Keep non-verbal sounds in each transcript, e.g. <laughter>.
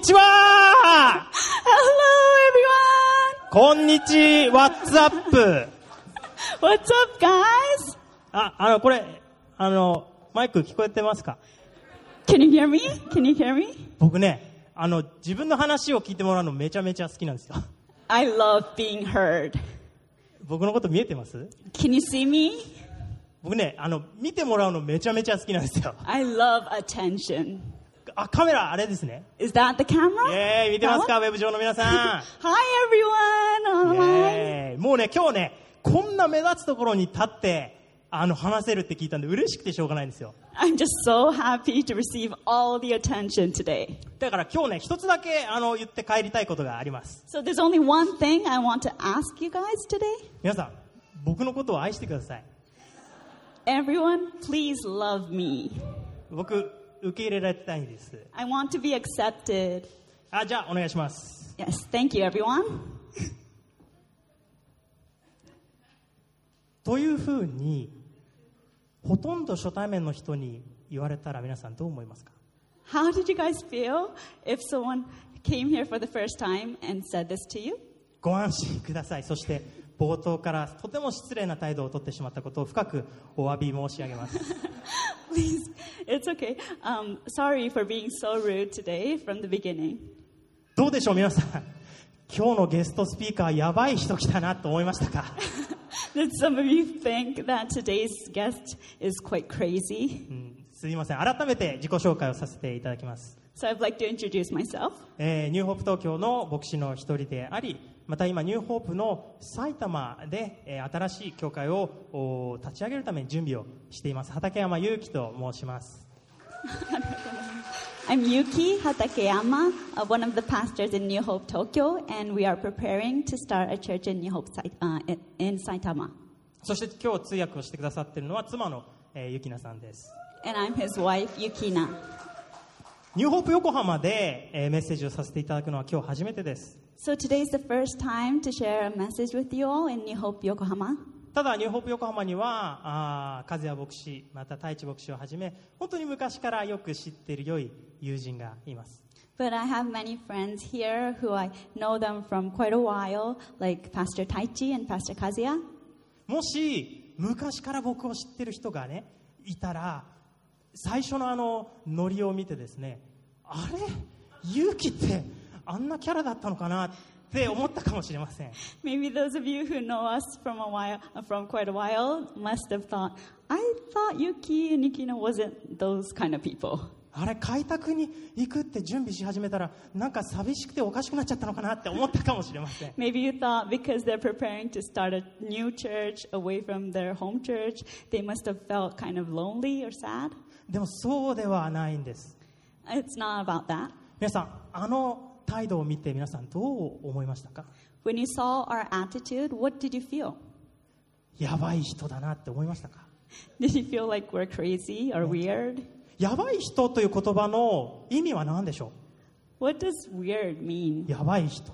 ちはこ Hello, んにちは、What's up? everyone! What's up, guys? あ、あの、これ、あの、マイク聞こえてますか Can you hear me? Can you hear me? 僕ね、あの、自分の話を聞いてもらうのめちゃめちゃ好きなんですよ。 I love being heard. 僕のこと見えてます Can you see me? 僕ね、あの、見てもらうのめちゃめちゃ好きなんですよ。 I love attention. あ、カメラ、あれですね。 Is that the camera? イェーイ、見てますかウェブ上の皆さん。 Hi, everyone! イ Online. ェーイもうね、今日ね、こんな目立つところに立って、あの、話せるって聞いたんで、嬉しくてしょうがないんですよ。 I'm just so happy to receive all the attention today. だから今日ね、一つだけ、あの、言って帰りたいことがあります。 So there's only one thing I want to ask you guys today. 皆さん、僕のことを愛してください。 Everyone, please love me. 僕、受け入れられたいんです。 I want to be accepted. あ、じゃあ、お願いします。 Yes, thank you, everyone. というふうに、ほとんど初対面の人に言われたら皆さんどう思いますか How did you guys feel if someone came here for the first time and said this to you? <laughs> ご安心ください。そして、冒頭からとても失礼な態度をとってしまったことを深くお詫び申し上げます。 Please, it's okay. Um, sorry for being so rude today from the beginning. どうでしょう皆さん。今日のゲストスピーカーやばい人来たなと思いましたか、 Did some of you think that today's guest is quite crazy? うん、すいません。改めて自己紹介をさせていただきます。 So I'd like to introduce myself. えーニューホープ東京の牧師の一人であり、また今ニューホープの埼玉で、えー新しい教会をおー立ち上げるために準備をしています。畠山祐樹と申します。 I'm Yuki Hatakeyama, uh, one of the pastors in New Hope Tokyo, and we are preparing to start a church in New Hope Sai- uh, in- in Saitama. そして今日通訳をしてくださっているのは妻の、えー、ゆきなさんです。 And I'm his wife, Yukina. ニューホープ横浜で、えーメッセージをさせていただくのは今日初めてです。 So today's the first time to share a message with you all in New Hope Yokohama. ただ、ニューホープ横浜には、あー和也牧師、また太一牧師をはじめ、本当に昔からよく知っている良い友人がいます。 But I have many friends here who I know them from quite a while, like Pastor Taichi and Pastor Kazuya. もし昔から僕を知ってる人がねいたら最初のあのノリを見てですねあれ勇気ってあんなキャラだったのかなって思ったかもしれません Maybe those of you who know us from a while, uh, from quite a while, must have thought, I thought Yuki and Yukino wasn't those kind of people. あれ開拓に行くって準備し始めたらなんか寂しくておかしくなっちゃったのかなって思ったかもしれません Maybe you thought because they're preparing to start a new church away from their home church, they must have felt kind of lonely or sad. でもそうではないんです It's not about that. 皆さんあの態度を見て皆さんどう思いましたか When you saw our attitude, what did you feel? やばい人だなって思いましたか <laughs> Did you feel like we're crazy or weird? やばい人という言葉の意味は何でしょう What does weird mean? やばい人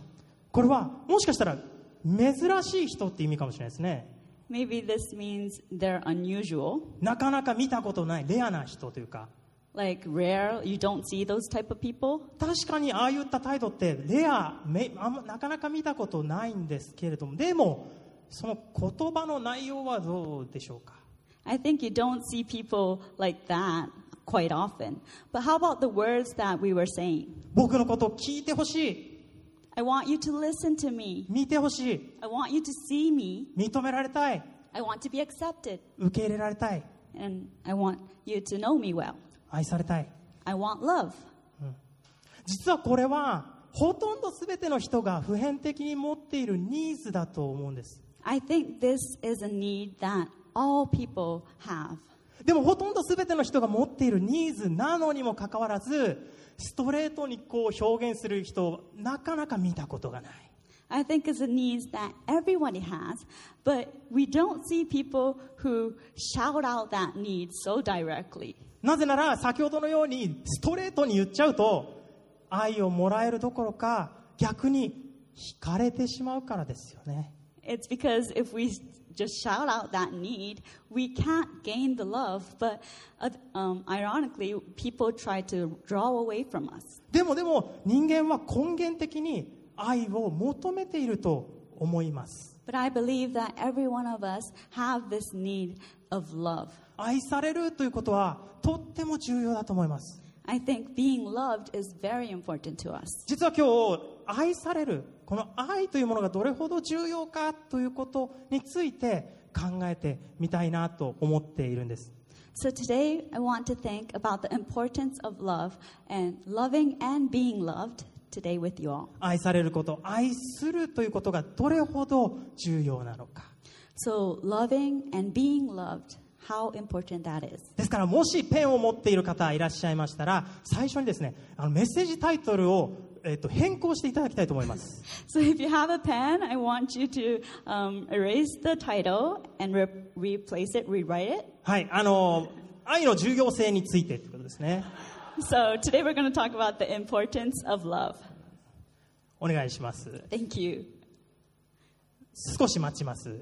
これはもしかしたら珍しい人って意味かもしれないですね Maybe this means they're unusual. なかなか見たことないレアな人というか like rare you don't see those type of people 確かにああいった態度ってレアめあんまなかなか見たことないんですけれどもでもその言葉の内容はどうでしょうか i think you don't see people like that quite often but how about the words that we were saying 僕のことを聞いてほしい i want you to listen to me 見てほしい i want you to see me 認められたい i want to be accepted 受け入れられたい and i want you to know me well 愛されたい i want love 実はこれはほとんど全ての人が普遍的に持っているニーズだと思うんです i think this is a need that all people have でもほとんど全ての人が持っているニーズなのにもかかわらずストレートにこう表現する人をなかなか見たことがない I think it's a need that everybody has, but we don't see people who shout out that need so directly. なぜなら先ほどのようにストレートに言っちゃうと愛をもらえるどころか逆に惹かれてしまうからですよね It- It's because if we just shout out that need, we can't gain the love. But uh, um, ironically, people try to draw away from us. でもでも人間は根源的に愛を求めていると思います But I believe that every one of us have this need of love. 愛されるということはとっても重要だと思います I think being loved is very important to us. 実は今日愛されるこの愛というものがどれほど重要かということについて考えてみたいなと思っているんです So today I want to think about the importance of love and loving and being loved today with you all. 愛されること愛するということがどれほど重要なのか So loving and being loved, how important that is. ですからもしペンを持っている方いらっしゃいましたら最初にですねあのメッセージタイトルを、えっと変更していただきたいと思います So if you have a pen, I want you to um, erase the title and re- replace it, rewrite it. はいあの愛の重要性についてということですね So today we're going to talk about the importance of love. お願いします Thank you. <laughs> 少し待ちます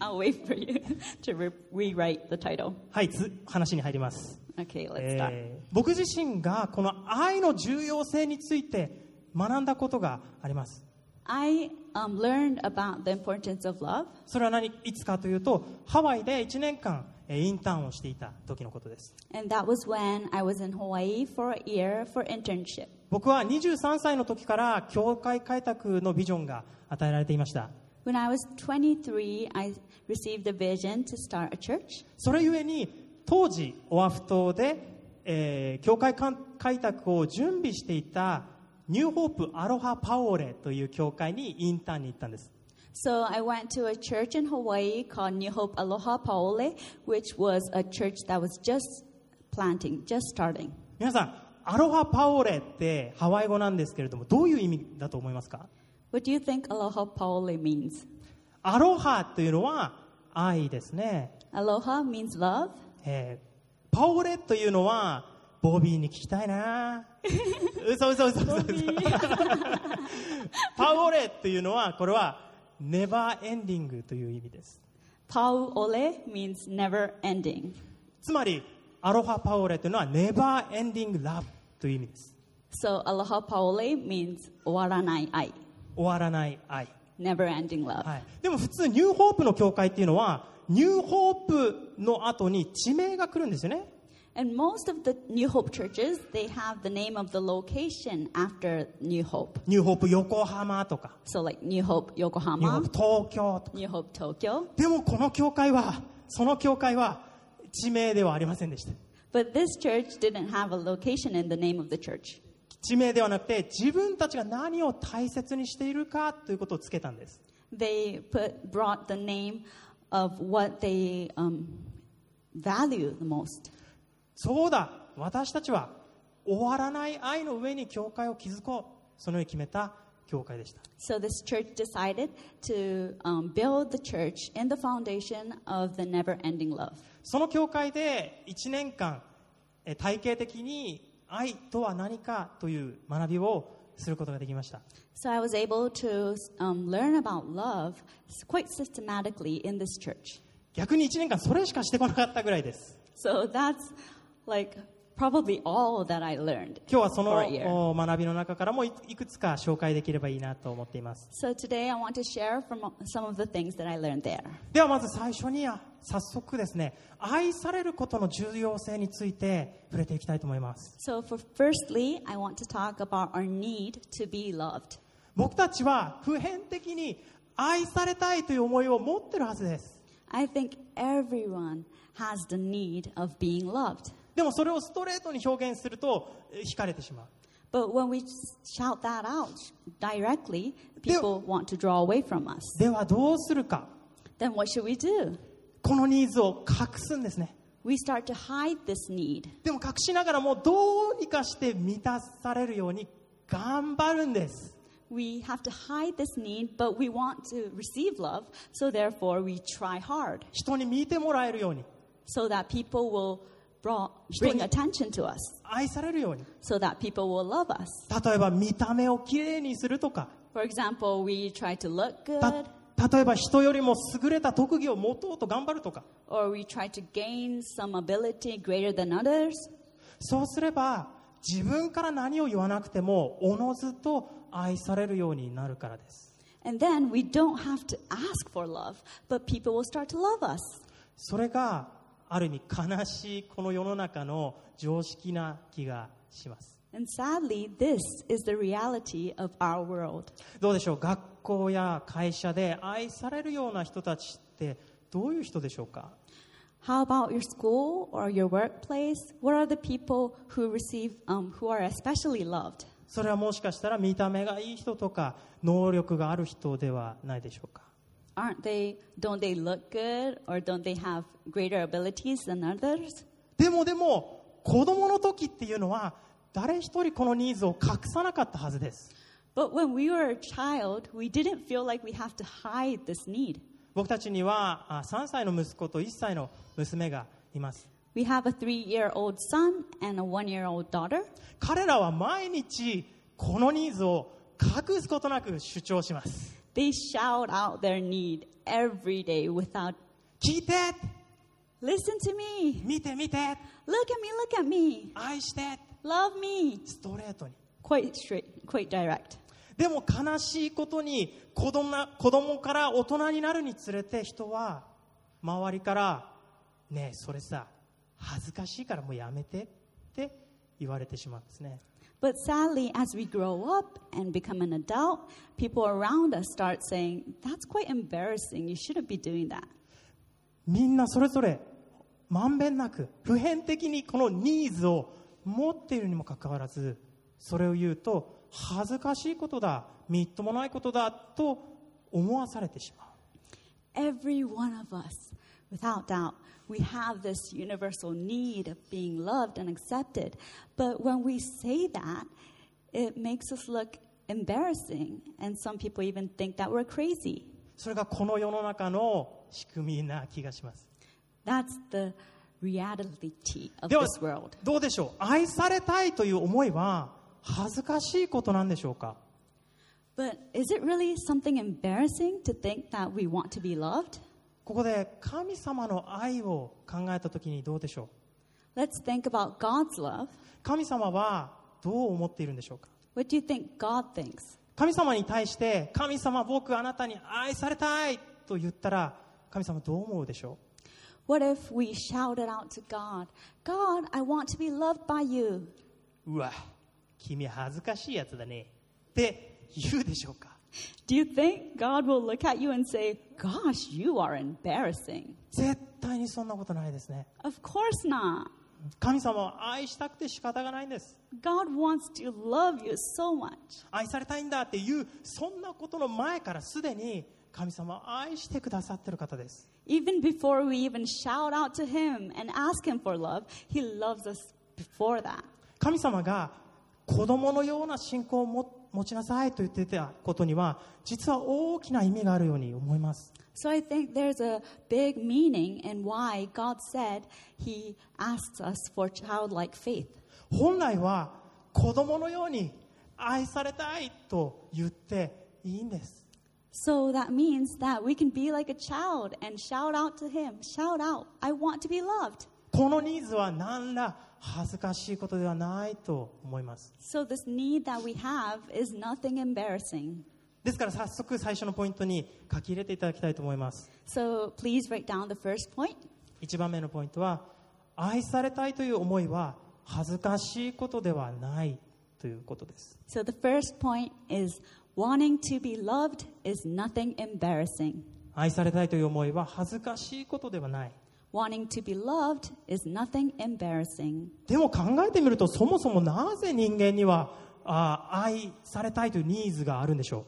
I'll wait for you <laughs> to re- rewrite the title. はいつ話に入ります Okay, let's start. えー僕自身がこの愛の重要性について学んだことがあります I um, learned about the importance of love. それは何いつかというとハワイで1年間えーインターンをしていた時のことです And that was when I was in Hawaii for a year for internship. 僕は23歳の時から教会開拓のビジョンが与えられていました When I was 23, I received a vision to start a church. それゆえに当時オアフ島で、えー教会かん開拓を準備していたニューホープアロハパオーレという教会にインターンに行ったんです So I went to a church in Hawaii called New Hope Aloha Paole, which was a church that was just planting, just starting. 皆さんアロハパオレってハワイ語なんですけれどもどういう意味だと思いますか What do you think Aloha Paole means? アロハというのは愛ですね、 Aloha means love. えーパオレというのはボビーに聞きたいな嘘嘘嘘嘘嘘パオレというのはこれはネバーエンディングという意味です Paole means never ending. つまりアロハパオレというのはネバーエンディングラブという意味です So Aloha Paole means waranai ai, 終わらない愛 never ending love. はい、でも普通ニューホープの教会っていうのはニューホープの後に地名が来るんですよね And most of the New Hope churches, they have the name of the location after New Hope. ニューホープ横浜とか So like New Hope ニューホー Yokohama, プ東京とか New Hope Tokyo. でもこの教会はその教会は地名ではありませんでした But this church didn't have a location in the name of the church. 地名ではなくて自分たちが何を大切にしているかということをつけたんです They put, brought the name of what they um, value the most. そうだ私たちは終わらない愛の上に教会を築こうそのように決めた教会でした So this church decided to um, build the church in the foundation of the never ending love. その教会で1年間えー体系的に愛とは何かという学びをすることができました So I was able to um, learn about love quite systematically in this church. 逆に1年間それしかしてこなかったぐらいです So that's like probably all that I learned. 今日はそ for a year. のお uh, 学びの中からもいいくつか紹介できればいいなと思っています So today I want to share from uh, some of the things that I learned there. ではまず最初にあ早速ですね愛されることの重要性について触れていきたいと思います So for firstly, I want to talk about our need to be loved. 僕たちは普遍的に愛されたいという思いを持ってるはずです I think everyone has the need of being loved. でもそれをストレートに表現するとえー惹かれてしまう But when we shout that out directly, people want to draw away from us. ではどうするか Then what should we do? このニーズを隠すんですね We start to hide this need. でも隠しながらもどうにかして満たされるように頑張るんです We have to hide this need, but we want to receive love, so therefore we try hard 人に見てもらえるように so that people will bra- bring attention to us, 愛されるように so that people will love us. 例えば見た目をきれいにするとか For example, we try to look た good. 例えば人よりも優れた特技を持とうと頑張るとか or we try to gain some ability greater than others. そうすれば自分から何を言わなくてもおのずと愛されるようになるからです And then we don't have to ask for love, but people will start to love us. それがある意味悲しいこの世の中の常識な気がします And sadly, this is the reality of our world. どうでしょう学校や会社で愛されるような人たちってどういう人でしょうか How about your school or your workplace? What are the people who receive, um, who are especially loved? それはもしかしたら見た目がいい人とか能力がある人ではないでしょうか Aren't they, don't they look good or don't they have greater abilities than others? でもでも子供の時っていうのは誰一人このニーズを隠さなかったはずです But when we were a child, we didn't feel like we have to hide this need. 僕たちにはあ3歳の息子と1歳の娘がいます We have a three year old son and a one year old daughter. 彼らは毎日このニーズを隠すことなく主張します They shout out their need every day without, 聞いて listen to me, 見て見て look at me, look at me, 愛して love me. ストレートに Quite straight, quite direct. でも悲しいことに子供な子供から大人になるにつれて人は周りから「ねえそれさ恥ずかしいからもうやめて」って言われてしまうんですね But sadly, as we grow up and become an adult, people around us start saying, that's quite embarrassing. You shouldn't be doing that. みんなそれぞれまんべんなく普遍的にこのニーズを持っているにもかかわらずそれを言うと恥ずかしいことだみっともないことだと思わされてしまう Every one of us, without doubt, we have this universal need of being loved and accepted. But when we say that, it makes us look embarrassing. And some people even think that we're crazy. それがこの世の中の仕組みな気がします That's the reality of では this world. どうでしょう愛されたいという思いは恥ずかしいことなんでしょうか But is it really something embarrassing to think that we want to be loved? ここで神様の愛を考えた時にどうでしょ Let's think about God's love. う神様はどう思っているんでしょうか What do you think God thinks? 神様に対して神様僕あなたに愛されたいと言ったら神様どう思うでしょ What if we shouted out to God, God, I want to be loved by you? ううわ君恥ずかしいやつだねって言うでしょうか Do you think God will look at you and say, Gosh, you are embarrassing? 絶対にそんなことないですね Of course not. 神様は愛したくて仕方がないんです God wants to love you so much. 愛されたいんだっていうそんなことの前からすでに神様を愛してくださってる方です Even before we even shout out to Him and ask Him for love, He loves us before that. 神様が子供のような信仰をも持ちなさいと言っていたことには実は大きな意味があるように思います So I think there's a big meaning in why God said He asks us for childlike faith. 本来は子供のように愛されたいと言っていいんです So that means that we can be like a child and shout out to Him, shout out, I want to be loved. このニーズは何ら恥ずかしいことではないと思います So this need that we have is nothing embarrassing. ですから早速最初のポイントに書き入れていただきたいと思います So please write down the first point. 1番目のポイントは愛されたいという思いは恥ずかしいことではないということです So the first point is wanting to be loved is nothing embarrassing. 愛されたいという思いは恥ずかしいことではない Wanting to be loved is nothing embarrassing. でも考えてみるとそもそもなぜ人間にはあ愛されたいというニーズがあるんでしょ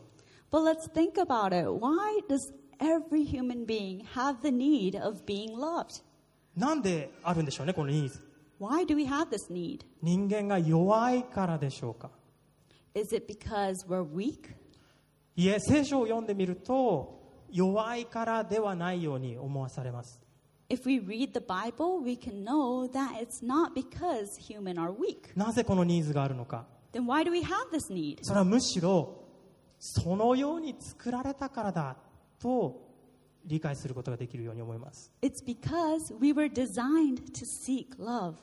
But let's think about it. Why does every human being have the need of being loved? うなんであるんでしょうねこのニーズ Why do we have this need? 人間が弱いからでしょうか Is it because we're weak? いえ聖書を読んでみると弱いからではないように思わされます If we read the Bible, we can know that it's not because human are weak. なぜこのニーズがあるのか Then why do we have this need? それはむしろそのように作られたからだと理解することができるように思います It's because we were designed to seek love.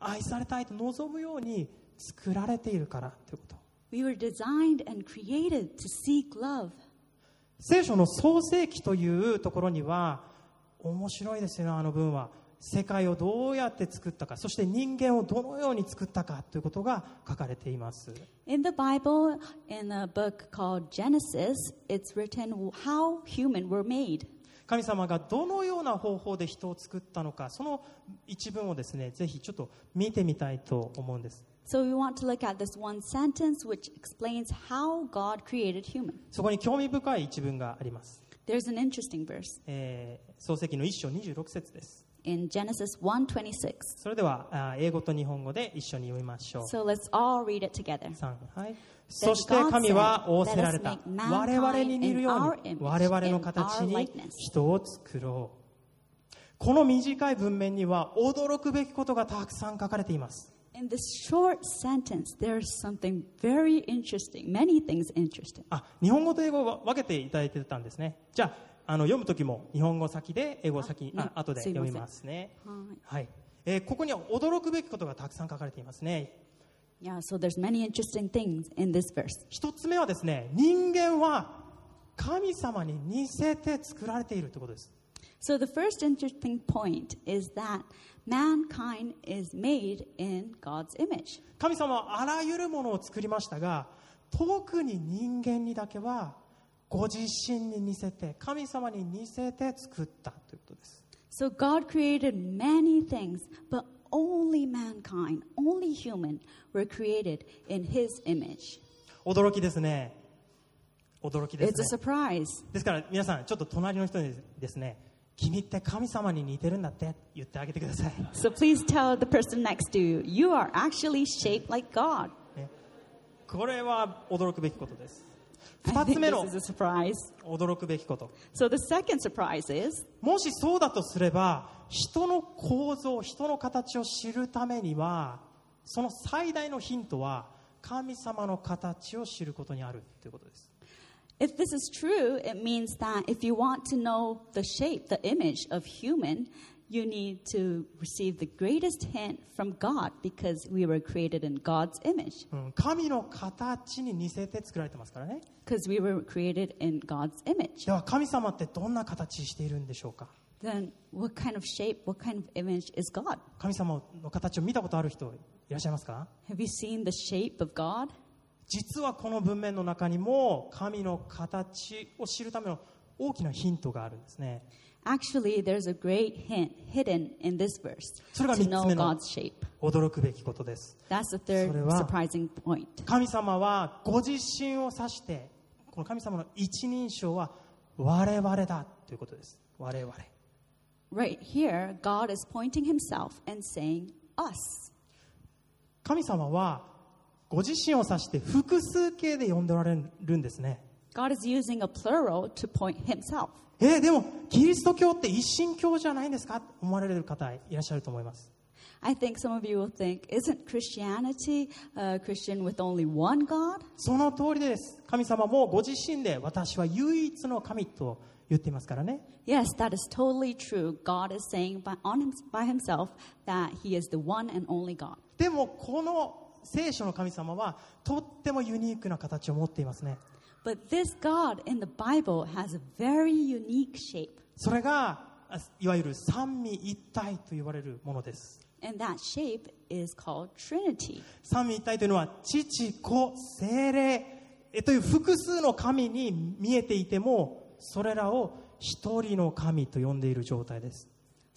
愛されたいと望むように作られているからということ We were designed and created to seek love. 聖書の創世記というところには面白いですよねあの文は世界をどうやって作ったかそして人間をどのように作ったかということが書かれています In the Bible, in a book called Genesis, it's written how human were made. 神様がどのような方法で人を作ったのかその一文をですねぜひちょっと見てみたいと思うんです So we want to look at this one sentence which explains how God created human. そこに興味深い一文があります、 There's an interesting verse えー創世記の1章26節です in Genesis 1:26. それではあー英語と日本語で一緒に読みましょう So let's all read it together. 三はい、そして神は仰せられた Let us make mankind 我々に似るよう in に our image, 我々の形 in our に likeness. 人を作ろうこの短い文面には驚くべきことがたくさん書かれています In this short sentence, there's something very interesting, many things interesting. あ日本語と英語を分けていただいてたんですねじゃああの読む時も日本語先で英語先ああ、ね後ですいま読せんみますねはいはい、えーここには驚くべきことがたくさん書かれていますね Yeah, so there's many interesting things in this verse. 一つ目はですね人間は神様に似せて作られているということです So the first interesting point is that mankind is made in God's image. 神様はあらゆるものを作りましたが特に人間にだけはご自身に似せて神様に似せて作ったということです So God created many things, but only mankind, only human were created in his image. 驚きですね驚きで It's a すね surprise. ですから皆さんちょっと隣の人にですね君って神様に似てるんだって言ってあげてください、 So please tell the person next to you, you are actually shaped like God. ねこれは驚くべきことです I 二つ think 目の this is a surprise. 驚くべきこと So the second surprise is もしそうだとすれば人の構造人の形を知るためにはその最大のヒントは神様の形を知ることにあるということです If this is true, it means that if you want to know the shape, the image of human, you need to receive the greatest hint from God because we were created in God's image. うん神の形に似せて作られてますからね Because we were created in God's image. では神様ってどんな形しているんでしょうか Then what kind of shape, what kind of image is God? 神様の形を見たことある人いらっしゃいますか Have you seen the shape of God? 実はこの文面の中にも神の形を知るための大きなヒントがあるんですね Actually, there's a great hint hidden in this verse それが三つ目の- to know God's shape. 驚くべきことです That's the third それは- surprising point. 神様はご自身を指してこの神様の一人称は我々だということです我々 Right here, God is pointing himself and saying, us. 神様はご自身を指して複数形で呼んでおられるんですね God is using a plural to point himself. えーでもキリスト教って一神教じゃないんですかって思われる方いらっしゃると思います I think some of you will think, isn't Christianity a Christian with only one God? その通りです神様もご自身で私は唯一の神と言っていますからね Yes, that is totally true. God is saying by, on him, by himself that he is the one and only God. でもこの聖書の神様はとってもユニークな形を持っていますね But this God in the Bible has a very unique shape, それがあいわゆる三位一体と言われるものです and that shape is called Trinity. 三位一体というのは父子精霊えという複数の神に見えていてもそれらを一人の神と呼んでいる状態です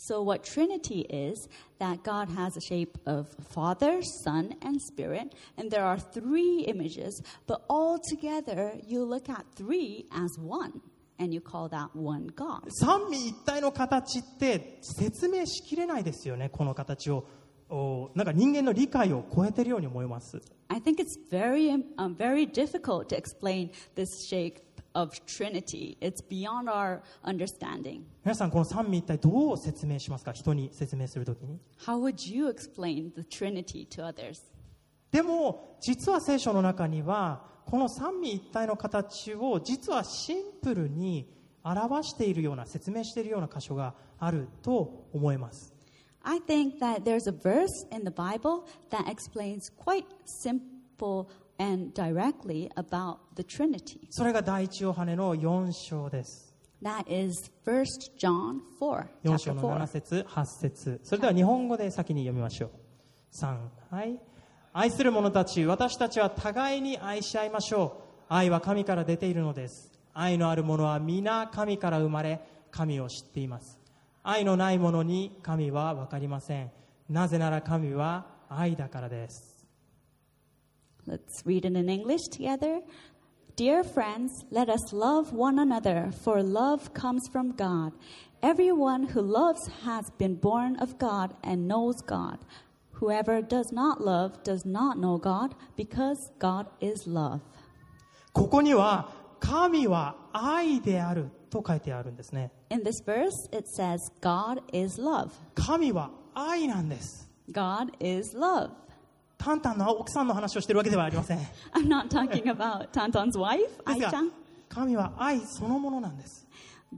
So, what Trinity is, that God has a shape of Father, Son, and Spirit, and there are three images, but all together you look at three as one, and you call that one God. 三位一体の形って説明しきれないですよねこの形をおなんか人間の理解を超えてるように思います I think it's very, um, very difficult to explain this shape of Trinity, it's beyond our understanding. 皆さんこの三位一体どう説明しますか人に説明するときに How would you explain the Trinity to others? でも実は聖書の中にはこの三位一体の形を実はシンプルに表しているような説明しているような箇所があると思います I think that there's a verse in the Bible that explains quite simple and directly about the Trinity. それが第一ヨハネの4章です That is 1 John 4, 4 chapter 章の7 4. 節8節それでは日本語で先に読みましょう3はい愛する者たち私たちは互いに愛し合いましょう愛は神から出ているのです愛のある者は皆神から生まれ神を知っています愛のない者に神は分かりませんなぜなら神は愛だからです Let's read it in English together. Dear friends, let us love one another, for love comes from God. Everyone who loves has been born of God and knows God. Whoever does not love does not know God, because God is love. ここには神は愛であると書いてあるんですね In this verse, it says, God is love. 神は愛なんです God is love. <laughs> 淡々な奥さんの話をしてるわけではありません I'm not talking about Tantan's wife, ですが Ai-chan. 神は愛そのものなんです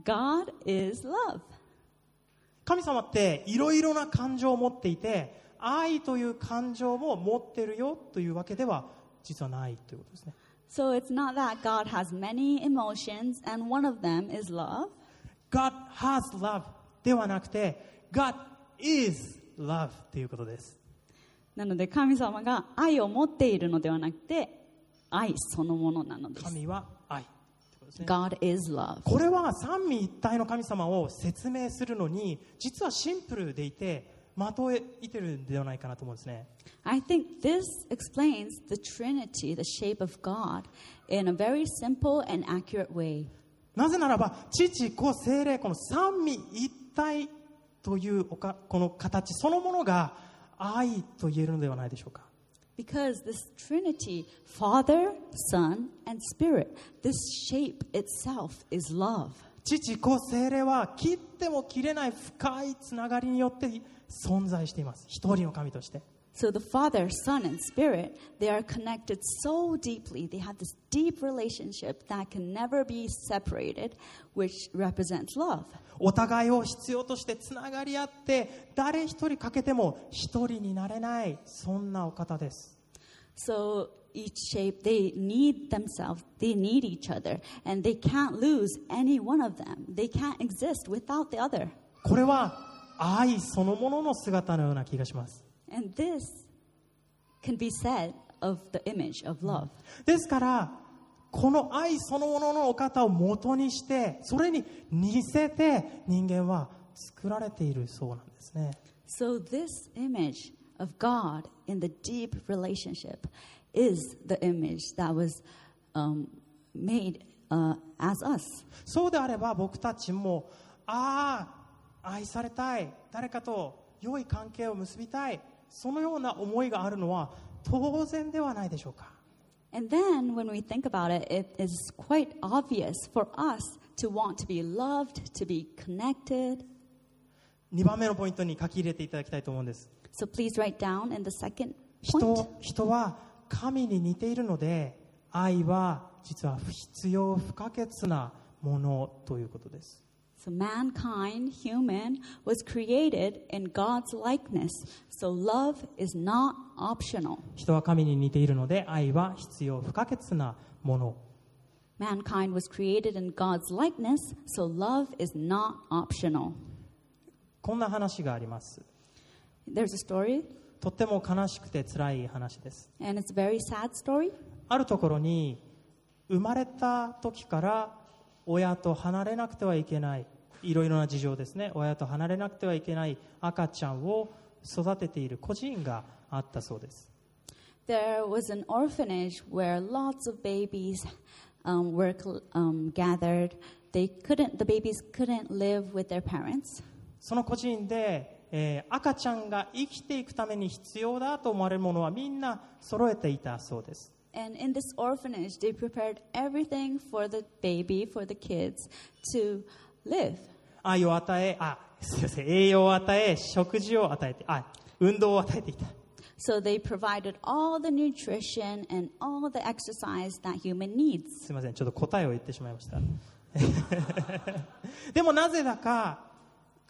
God is love. 神様っていろいろな感情を持っていて愛という感情も持ってるよというわけでは実はないということですね So it's not that God has many emotions and one of them is love. God has love ではなくて God is love ということですなので神様が愛を持っているのではなくて愛そのものなのです。神は愛ということですね God is love. これは三位一体の神様を説明するのに実はシンプルでいてまとえてるんではないかなと思うんですね I think this explains the Trinity, the shape of God, in a very simple and accurate way. なぜならば父子精霊この三位一体というおかこの形そのものが愛と言えるのではないでしょうか Because this Trinity, Father, Son, and Spirit, this shape itself is love. 父子精霊は切っても切れない深いつながりによって存在しています一人の神として So the Father, Son, and Spirit, they are connected so deeply. They have this deep relationship that can never be separated, which represents love. お互いを必要としてつながり合って誰一人欠けても一人になれないそんなお方です So each shape, they need themselves, they need each other, and they can't lose any one of them. They can't exist without the other. これは愛そのものの姿のような気がします And this can be said of the image of love. ですからこの愛そのもののお方を元にしてそれに似せて人間は作られているそうなんですね So, this image of God in the deep relationship is the image that was um, made uh, as us. そうであれば僕たちもああ愛されたい誰かと良い関係を結びたいそのような思いがあるのは当然ではないでしょうか And then, when we think about it, it is quite obvious for us to want to be loved, to be connected. 2番目のポイントに書き入れていただきたいと思うんです So, please write down in the second 人 point. 人は神に似ているので愛は実は必要不可欠なものということです So, mankind, human, was created in God's likeness. So, love is not optional. 人は神に似ているので愛は必要不可欠なもの Mankind was created in God's likeness, so love is not optional. こんな話があります There's a story, とっても悲しくて辛い話です and it's a very sad story. あるところに生まれた時から親と離れなくてはいけないいろいろな事情ですね親と離れなくてはいけない赤ちゃんを育てている個人があったそうです There was an orphanage where lots of babies um, were cl- um, gathered. They couldn't, the babies couldn't live with their parents. その個人で、えー赤ちゃんが生きていくために必要だと思われるものはみんな揃えていたそうです And in this orphanage, they prepared everything for the baby, for the kids to live. 愛を与えあすいません栄養を与え食事を与えてあ運動を与えていた So they provided all the nutrition and all the exercise that human needs. すいませんちょっと答えを言ってしまいました <laughs> でもなぜだか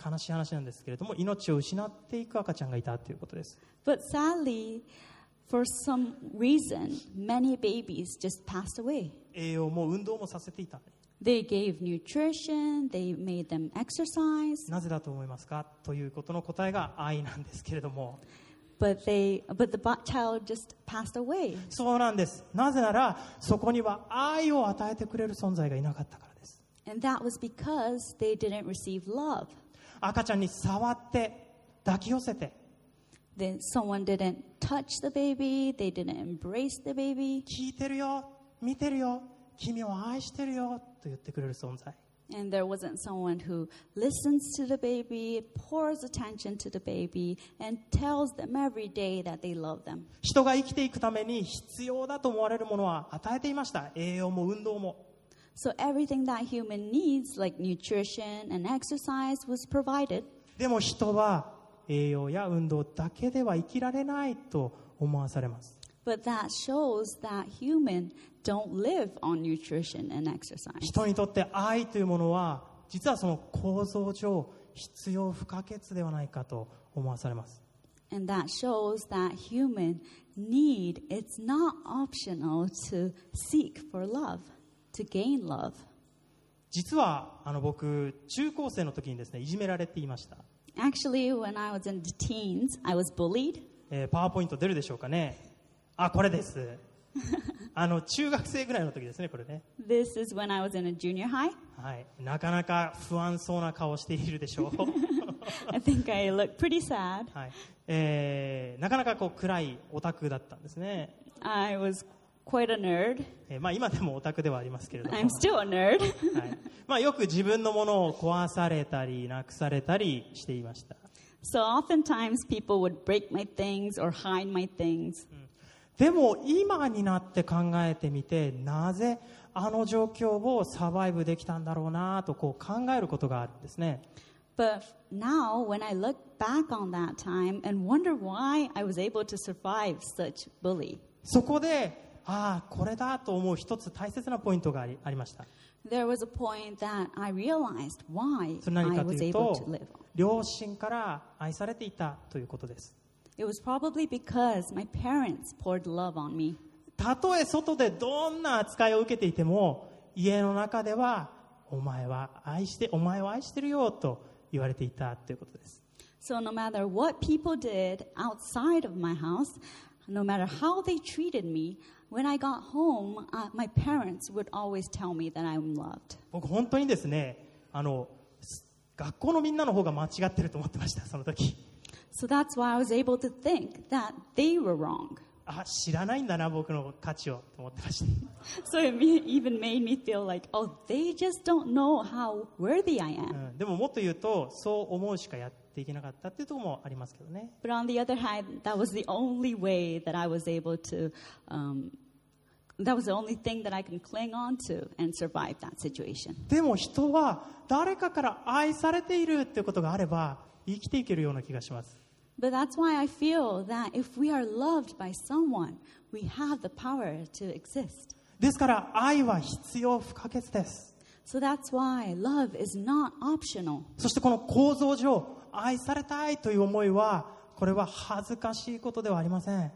悲しい話なんですけれども命を失っていく赤ちゃんがいたということです But sadly, for some reason, many babies just passed away. 栄養も運動もさせていた They gave nutrition, they made them exercise, なぜだと思いますかということの答えが愛なんですけれども but they but the bo- child just passed away. そうなんですなぜならそこには愛を与えてくれる存在がいなかったからです And that was because they didn't receive love. 赤ちゃんに触って抱き寄せて Then someone didn't touch the baby, they didn't embrace the baby, 聞いてるよ見てるよ君を愛してるよと言ってくれる存在 and there wasn't someone who listens to the baby, pours attention to the baby, and tells them every day that they love them. 人が生きていくために必要だと思われるものは与えていました栄養も運動も So everything that human needs, like nutrition and exercise, was provided. でも人は栄養や運動だけでは生きられないと思わされます But that shows that human don't live on nutrition and exercise. 人にとって愛というものは実はその構造上必要不可欠ではないかと思わされます And that shows that human need, it's not optional to seek for love, to gain love. 実はあの僕中高生の時にですねいじめられていました Actually, when I was in the teens, I was bullied. えーパワーポイント出るでしょうかねあこれです <laughs> あの中学生ぐらいの時ですねこれね This is when I was in a junior high. はいなかなか不安そうな顔しているでし <laughs> ょう I think I looked pretty sad. はいえーなかなかこう暗いオタクだったんですね、 I was quite a nerd. えーまあ、今でもオタクではありますけれども、はい I'm still a nerd. まあ、よく自分のものを壊されたりなくされたりしていました So oftentimes people would break my things or hide my things. でも今になって考えてみてなぜあの状況をサバイブできたんだろうなとこう考えることがあるんですね But now, when I look back on that time and wonder why I was able to survive such bully, そこでああこれだと思う一つ大切なポイントがありありました there was a point that I realized why それ何か I と was いう able to と live. 両親から愛されていたということです It was probably because my parents poured love on me. たとえ外でどんな扱いを受けていても家の中ではお前は愛してお前を愛してるよと言われていたということです So no matter what people did outside of my house, no matter how they treated me, when I got home, uh, my parents would always tell me that I'm loved. 僕本当にですねあのす学校のみんなの方が間違ってると思ってましたその時 So that's why I was able to think that they were wrong. <laughs> あ知らないんだな僕の価値をと思ってました So it me- even made me feel like, oh, they just don't know how worthy I う am. んでももっと言うとそう思うしかやっていけなかったっていうところもありますけどね But on the other hand, that was the only way that I was able to, um, that was the only thing that I can cling on to and survive that situation. でも人は誰かから愛されているっていうことがあれば生きていけるような気がします But that's why I feel that if we are loved by someone, we have the power to exist. ですから愛は必要不可欠です So that's why love is not optional. そしてこの構造上愛されたいという思いはこれは恥ずかしいことではありません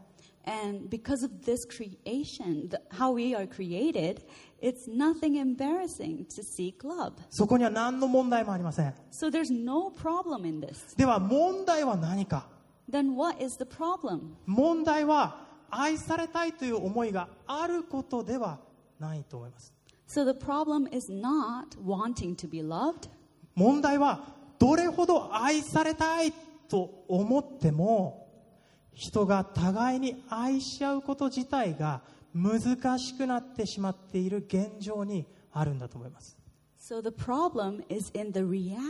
And because of this creation, the, how we are created, it's nothing embarrassing to seek love. そこには何の問題もありません So there's no problem in this. では問題は何か Then what is the problem? 問題は愛されたいという思いがあることではないと思います So the problem is not wanting to be loved. 問題はどれほど愛されたいと思っても人が互いに愛し合うこと自体が難しくなってしまっている現状にあるんだと思います So the problem is in the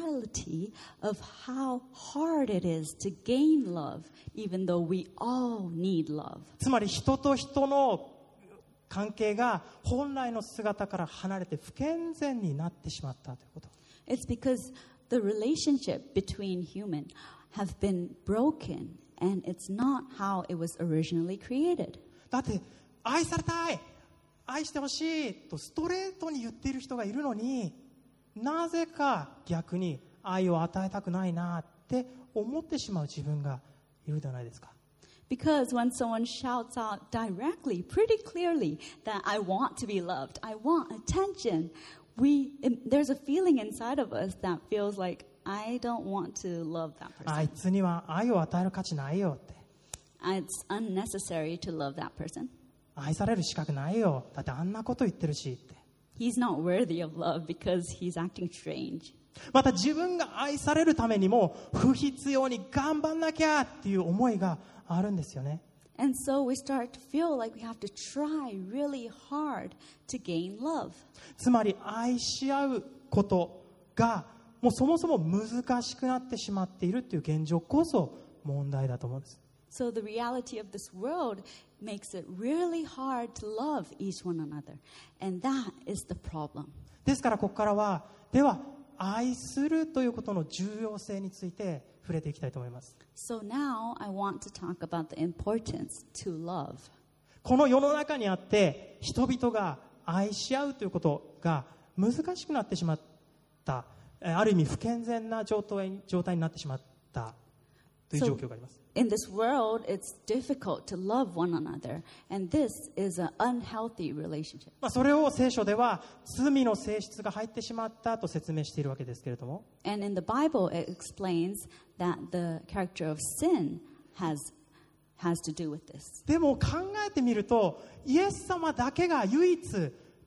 reality of how hard it is to gain love, even though we all need love. つまり人と人の関係が本来の姿から離れて不健全になってしまったということ It's because the relationship between human have been broken and it's not how it was originally created. だって愛されたい愛してほしいとストレートに言っている人がいるのになぜか逆に愛を与えたくないなって思ってしまう自分がいるじゃないですか Because when someone shouts out directly, pretty clearly, that I want to be loved, I want attention, we, it, there's a feeling inside of us that feels like, I don't want to love that あ person. いつには愛を与える価値ないよって It's unnecessary to love that person. 愛される資格ないよだってあんなこと言ってるしって He's not worthy of love because he's acting strange. また自分が愛されるためにも不必要に頑張んなきゃっていう思いがあるんですよね And so we start to feel like we have to try really hard to gain love. つまり愛し合うことがもうそもそも難しくなってしまっているっていう現状こそ問題だと思うんです So the reality of this world makes it really hard to love each one another. And that is the problem. ですからここからはでは愛するということの重要性について触れていきたいと思います So now I want to talk about the importance to love. この世の中にあって人々が愛し合うということが難しくなってしまったえーある意味不健全な状態状態になってしまったというそう状況があります In this world, it's difficult to love one another, and this is an unhealthy relationship. まあ、それを聖書では罪の性質が入ってしまったと説明しているわけですけれども And in the Bible, it explains that the character of sin has, has to do with this. でも考えてみるとイエス様だけが唯一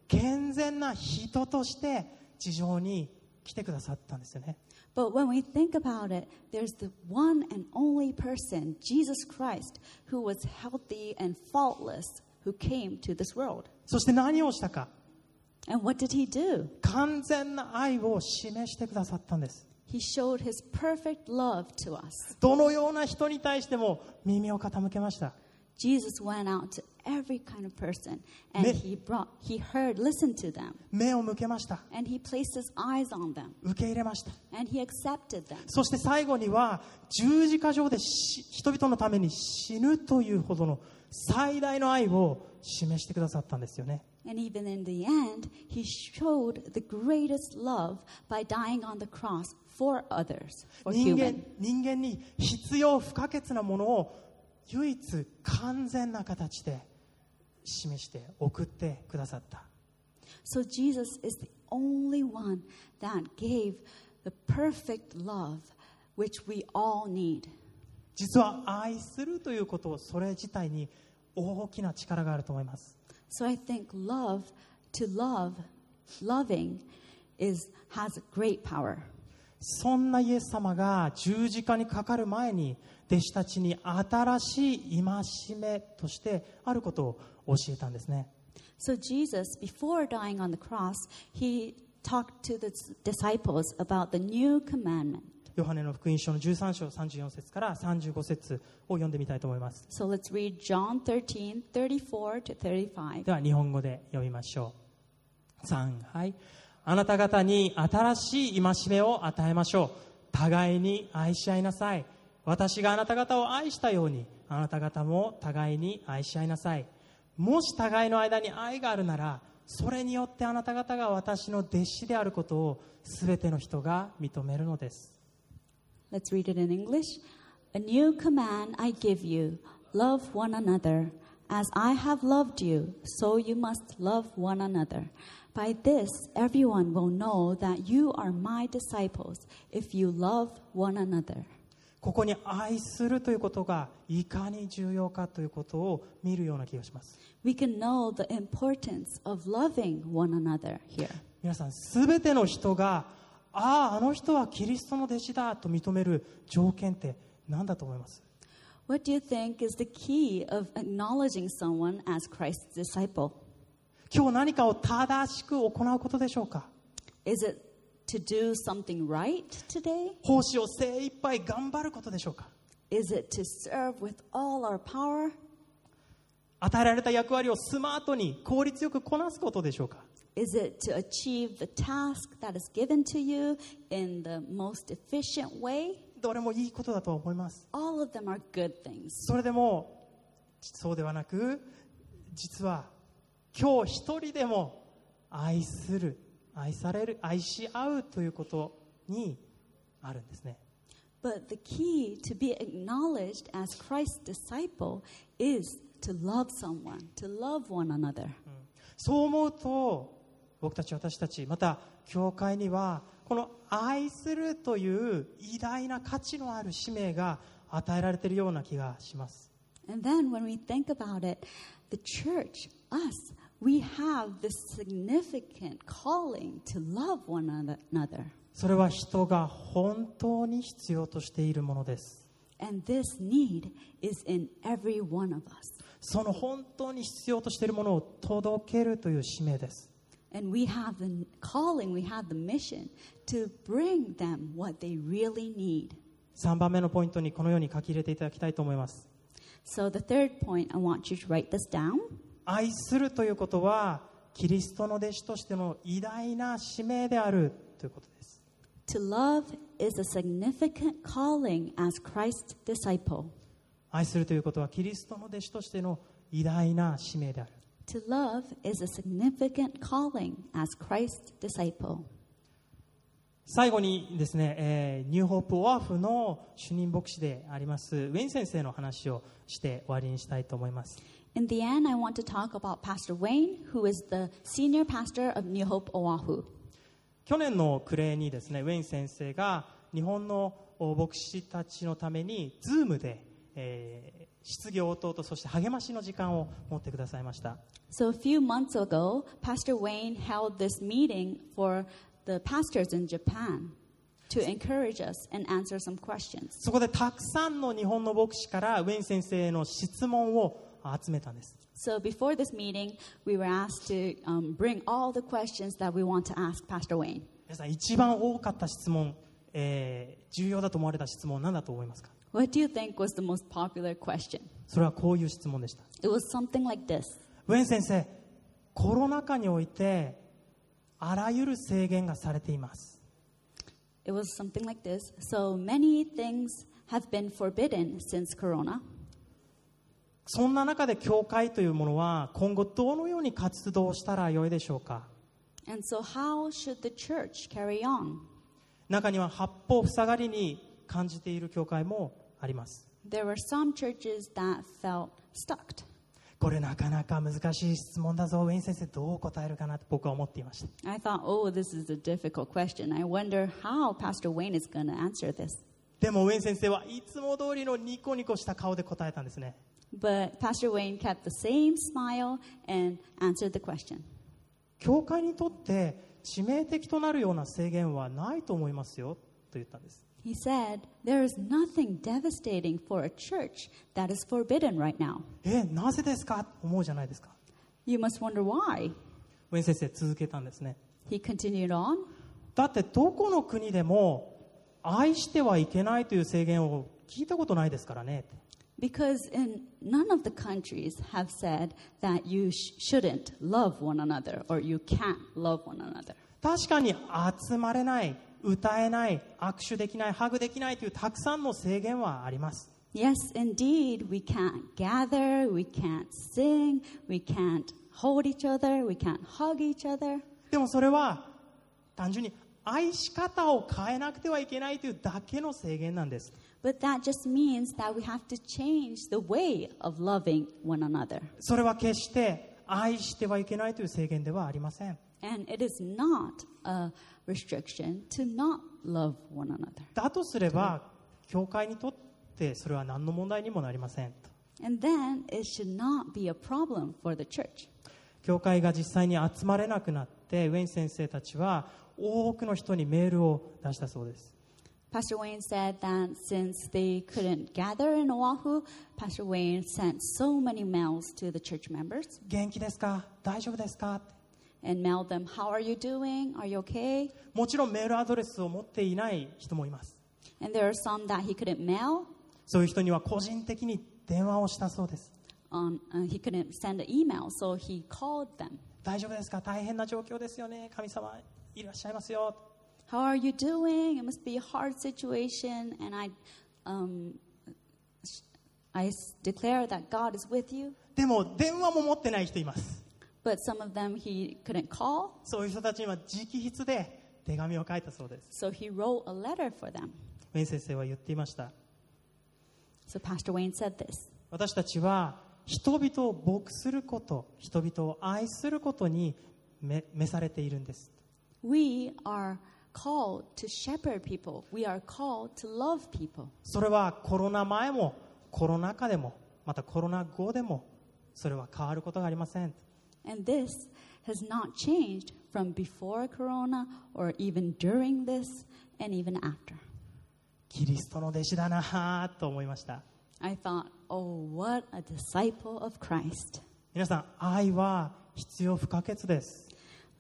健全な人として地上に来てくださったんですよね But when we think about it, there's the one and only person, Jesus Christ, who was healthy and faultless, who came to this world. そして何をしたか And what did he do? 完全な愛を示してくださったんです He showed his perfect love to us. どのような人に対しても耳を傾けました Jesus went out to every kind of person and Ne- he brought he heard listened to them 目を向けました and he placed his eyes on them 受け入れました and he accepted them. そして最後には十字架上でし人々のために死ぬというほどの最大の愛を示してくださったんですよね And even in the end, he showed the greatest love by dying on the cross for others, for 人間 human. 人間に必要不可欠なものを唯一完全な形で示して送ってくださった So Jesus is the only one that gave the perfect love which we all need. 実は愛するということをそれ自体に大きな力があると思います So I think love to love, loving is has great power. そんなイエス様が十字架にかかる前に弟子たちに新しい戒めとしてあることを教えたんですね So Jesus before dying on the cross, he talked to the s- disciples about the new commandment. ヨハネの福音書の13章34節から35節を読んでみたいと思います So let's read John 13, 34 to 35. では日本語で読みましょう3はいあなた方に新しい戒めを与えましょう互いに愛し合いなさい私があなた方を愛したようにあなた方も互いに愛し合いなさいもし互いの間に愛があるならそれによってあなた方が私の弟子であることを全ての人が認めるのです Let's read it in English. A new command I give you love one another. As I have loved you, so you must love one another. By this, everyone will know that you are my disciples if you love one another. ここに愛するということがいかに重要かということを見るような気がします We can know the importance of loving one another here. 皆さんすべての人があああの人はキリストの弟子だと認める条件って何だと思います What do you think is the key of acknowledging someone as Christ's disciple? 今日何かを正しく行うことでしょうか Is it to do something right today? 奉仕を精一杯頑張ることでしょうか Is it to serve with all our power? 与えられた役割をスマートに効率よくこなすことでしょうか Is it to achieve the task that is given to you in the most efficient way? どれもいいことだとは思います All of them are good things. それでもそうではなく実は今日一人でも愛する愛される愛し合うということにあるんですね But the key to be acknowledged as Christ's disciple is to love someone, to love one another. そう思うと僕たち私たちまた教会にはこの愛するという偉大な価値のある使命が与えられているような気がします And then when we think about it, the church, us, we have this significant calling to love one ano- another. それは人が本当に必要としているものです And this need is in every one of us. その本当に必要としているものを届けるという使命です And we have the n- calling, we have the mission to bring them what they really need. 3番目のポイントにこのように書き入れていただきたいと思います So, the third point, I want you to write this down. 愛するということはキリストの弟子としての偉大な使命であるということです To love is a significant calling as Christ's disciple. 愛するということはキリストの弟子としての偉大な使命である To love is a significant calling as Christ's disciple. 最後にですね、えーニューホープオアフの主任牧師でありますウェイン先生の話をして終わりにしたいと思います In the end, I want to talk about Pastor Wayne, who is the senior pastor of New Hope Oahu. 去年の暮れにですねウェイン先生が日本のお牧師たちのために Zoom で、えー質疑応答とそして励ましの時間を持ってくださいました So, a few months ago, Pastor Wayne held this meeting for the pastors in Japan to encourage us and answer some questions. そこでたくさんの日本の牧師からウェイン先生への質問を集めたんです So, before this meeting, we were asked to um, bring all the questions that we want to ask Pastor Wayne. 皆さん一番多かった質問、えー重要だと思われた質問は何だと思いますか What do you think was the most popular question? それはこういう質問でした It was something like this ウェイン先生コロナ禍においてあらゆる制限がされています It was something like this. So, many things have been forbidden since Corona. そんな中で教会というものは今後どのように活動したらよいでしょうか And so, how should the church carry on? 中には八方塞がりに感じている教会もあります There were some churches that felt stuck. これなかなか難しい質問だぞウェイン先生どう答えるかなと僕は思っていました I thought, oh, this is a difficult question. I wonder how Pastor Wayne is going to answer this. でもウェイン先生はいつも通りのニコニコした顔で答えたんですね But Pastor Wayne kept the same smile and answered the question. 教会にとって致命的となるような制限はないと思いますよと言ったんです He said, There is nothing devastating for a church that is forbidden right now. えなぜですか思うじゃないですか You must wonder why. ウェイン先生続けたんですね He continued on. だってどこの国でも愛してはいけないという制限を聞いたことないですからね Because in none of the countries have said that you sh- shouldn't love one another or you can't love one another. 確かに集まれない歌えない握手できないハグできないというたくさんの制限はあります Yes, indeed, we can't gather, we can't sing, we can't hold each other, we can't hug each other. でもそれは単純に愛し方を変えなくてはいけないというだけの制限なんです But that just means that we have to change the way of loving one another. それは決して愛してはいけないという制限ではありません And it is not a restriction to not love one another. だとすれば教会にとってそれは何の問題にもなりませんと And then it should not be a problem for the church. 教会が実際に集まれなくなってウェイン先生たちは多くの人にメールを出したそうです Pastor Wayne said that since they couldn't gather in Oahu, Pastor Wayne sent so many mails to the church members 元気ですか大丈夫ですか and mailed them, How are you doing? Are you okay? もちろんメールアドレスを持っていない人もいます And there are some that he couldn't mail, そういう人には個人的に電話をしたそうです um, uh, he couldn't send an email, so he called them. 大丈夫ですか大変な状況ですよね神様いらっしゃいますよ How are you doing? It must be a hard situation, and I, um, I s- declare that God is with you. でも電話も持ってない人います but some of them he couldn't call, そういう人たちには直筆で手紙を書いたそうです。 so he wrote a letter for them. ウェン先生は言っていました。 So Pastor Wayne said this 私たちは人々を牧すること、人々を愛することにめ召されているんです。 We are called to shepherd people, we are called to love people. それはコロナ前もコロナ禍でもまたコロナ後でもそれは変わることがありません And this has not changed from before Corona or even during this and even after. キリストの弟子だなぁと思いました I thought, oh, what a disciple of Christ. 皆さん愛は必要不可欠です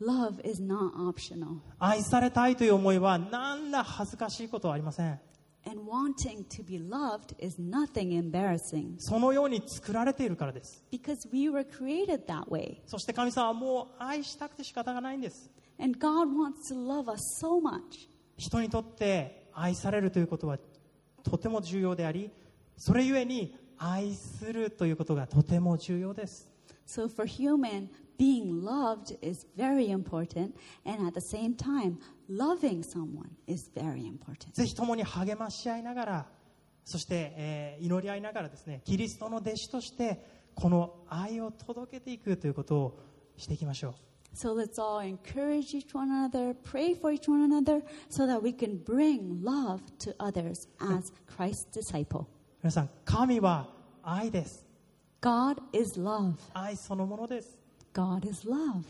Love is not optional, 愛されたいという思いは何ら恥ずかしいことはありません and wanting to be loved is nothing embarrassing そのように作られているからです because we were created that way. そして神様はもう愛したくて仕方がないんです And God wants to love us so much. 人にとって愛されるということはとても重要でありそれゆえに愛するということがとても重要です So for human, being loved is very important, and at the same time, loving someone is very important. ぜひ共に励まし合いながらそして、えー祈り合いながらですねキリストの弟子としてこの愛を届けていくということをしていきましょ So let's all encourage each one another, pray for each one another, so that we can bring love to others as Christ's disciple. う皆さん神は愛です God is love. 愛そのものです God is love.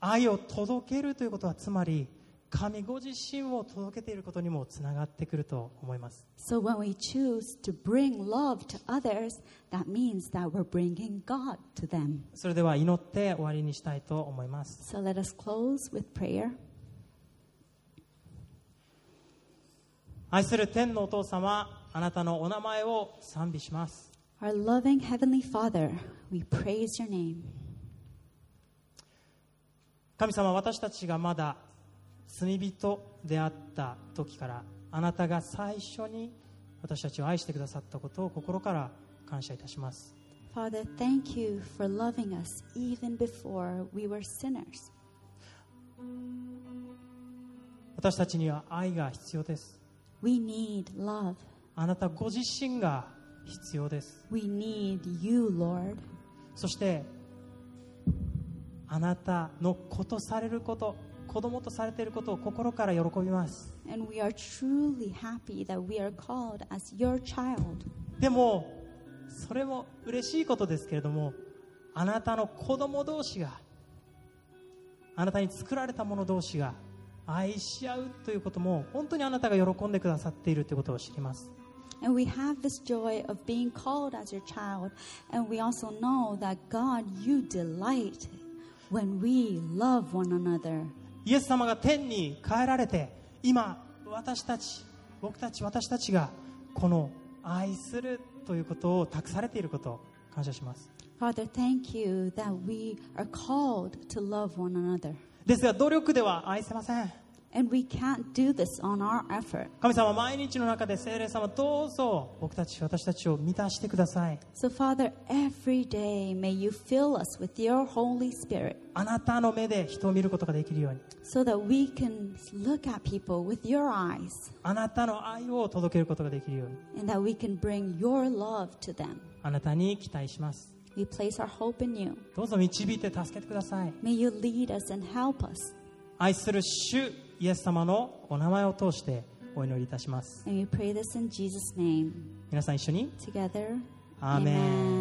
愛を届けるということはつまり神ご自身を届けていることにもつながってくると思います So when we choose to bring love to others, that means that we're bringing God to them. それでは祈って終わりにしたいと思います So let us close with prayer. 愛する天のお父様あなたのお名前を賛美します Our loving Heavenly Father, we praise your name. 神様私たちがまだ罪人であった時からあなたが最初に私たちを愛してくださったことを心から感謝いたします Father, thank you for loving us even before we were sinners. 私たちには愛が必要です We need love. あなたご自身が必要です We need you, Lord. そしてあなたの子とされること子供とされていることを心から喜びます And we are truly happy that we are called as your child. でもそれも嬉しいことですけれどもあなたの子供同士があなたに作られた者同士が愛し合うということも本当にあなたが喜んでくださっているということを知ります And we have this joy of being called as your child. And we also know that God, you delight when we love one another. イエス様が天に帰られて今私たち僕たち私たちがこの愛するということを託されていることを感謝します Father, thank you that we are called to love one another. ですが努力では愛せません And we can't do this on our effort. 神様毎日の中で聖霊様どうぞ僕たち私たちを満たしてください So, Father, every day may you fill us with your Holy Spirit あなたの目で人を見ることができるように so that we can look at people with your eyes あなたの愛を届けることができるように and that we can bring your love to them. あなたに期待します We place our hope in you. どうぞ導いて助けてください May you lead us and help us. 愛する主イエス様のお名前を通してお祈りいたします And we pray this in Jesus' name. 皆さん一緒に Together, アーメン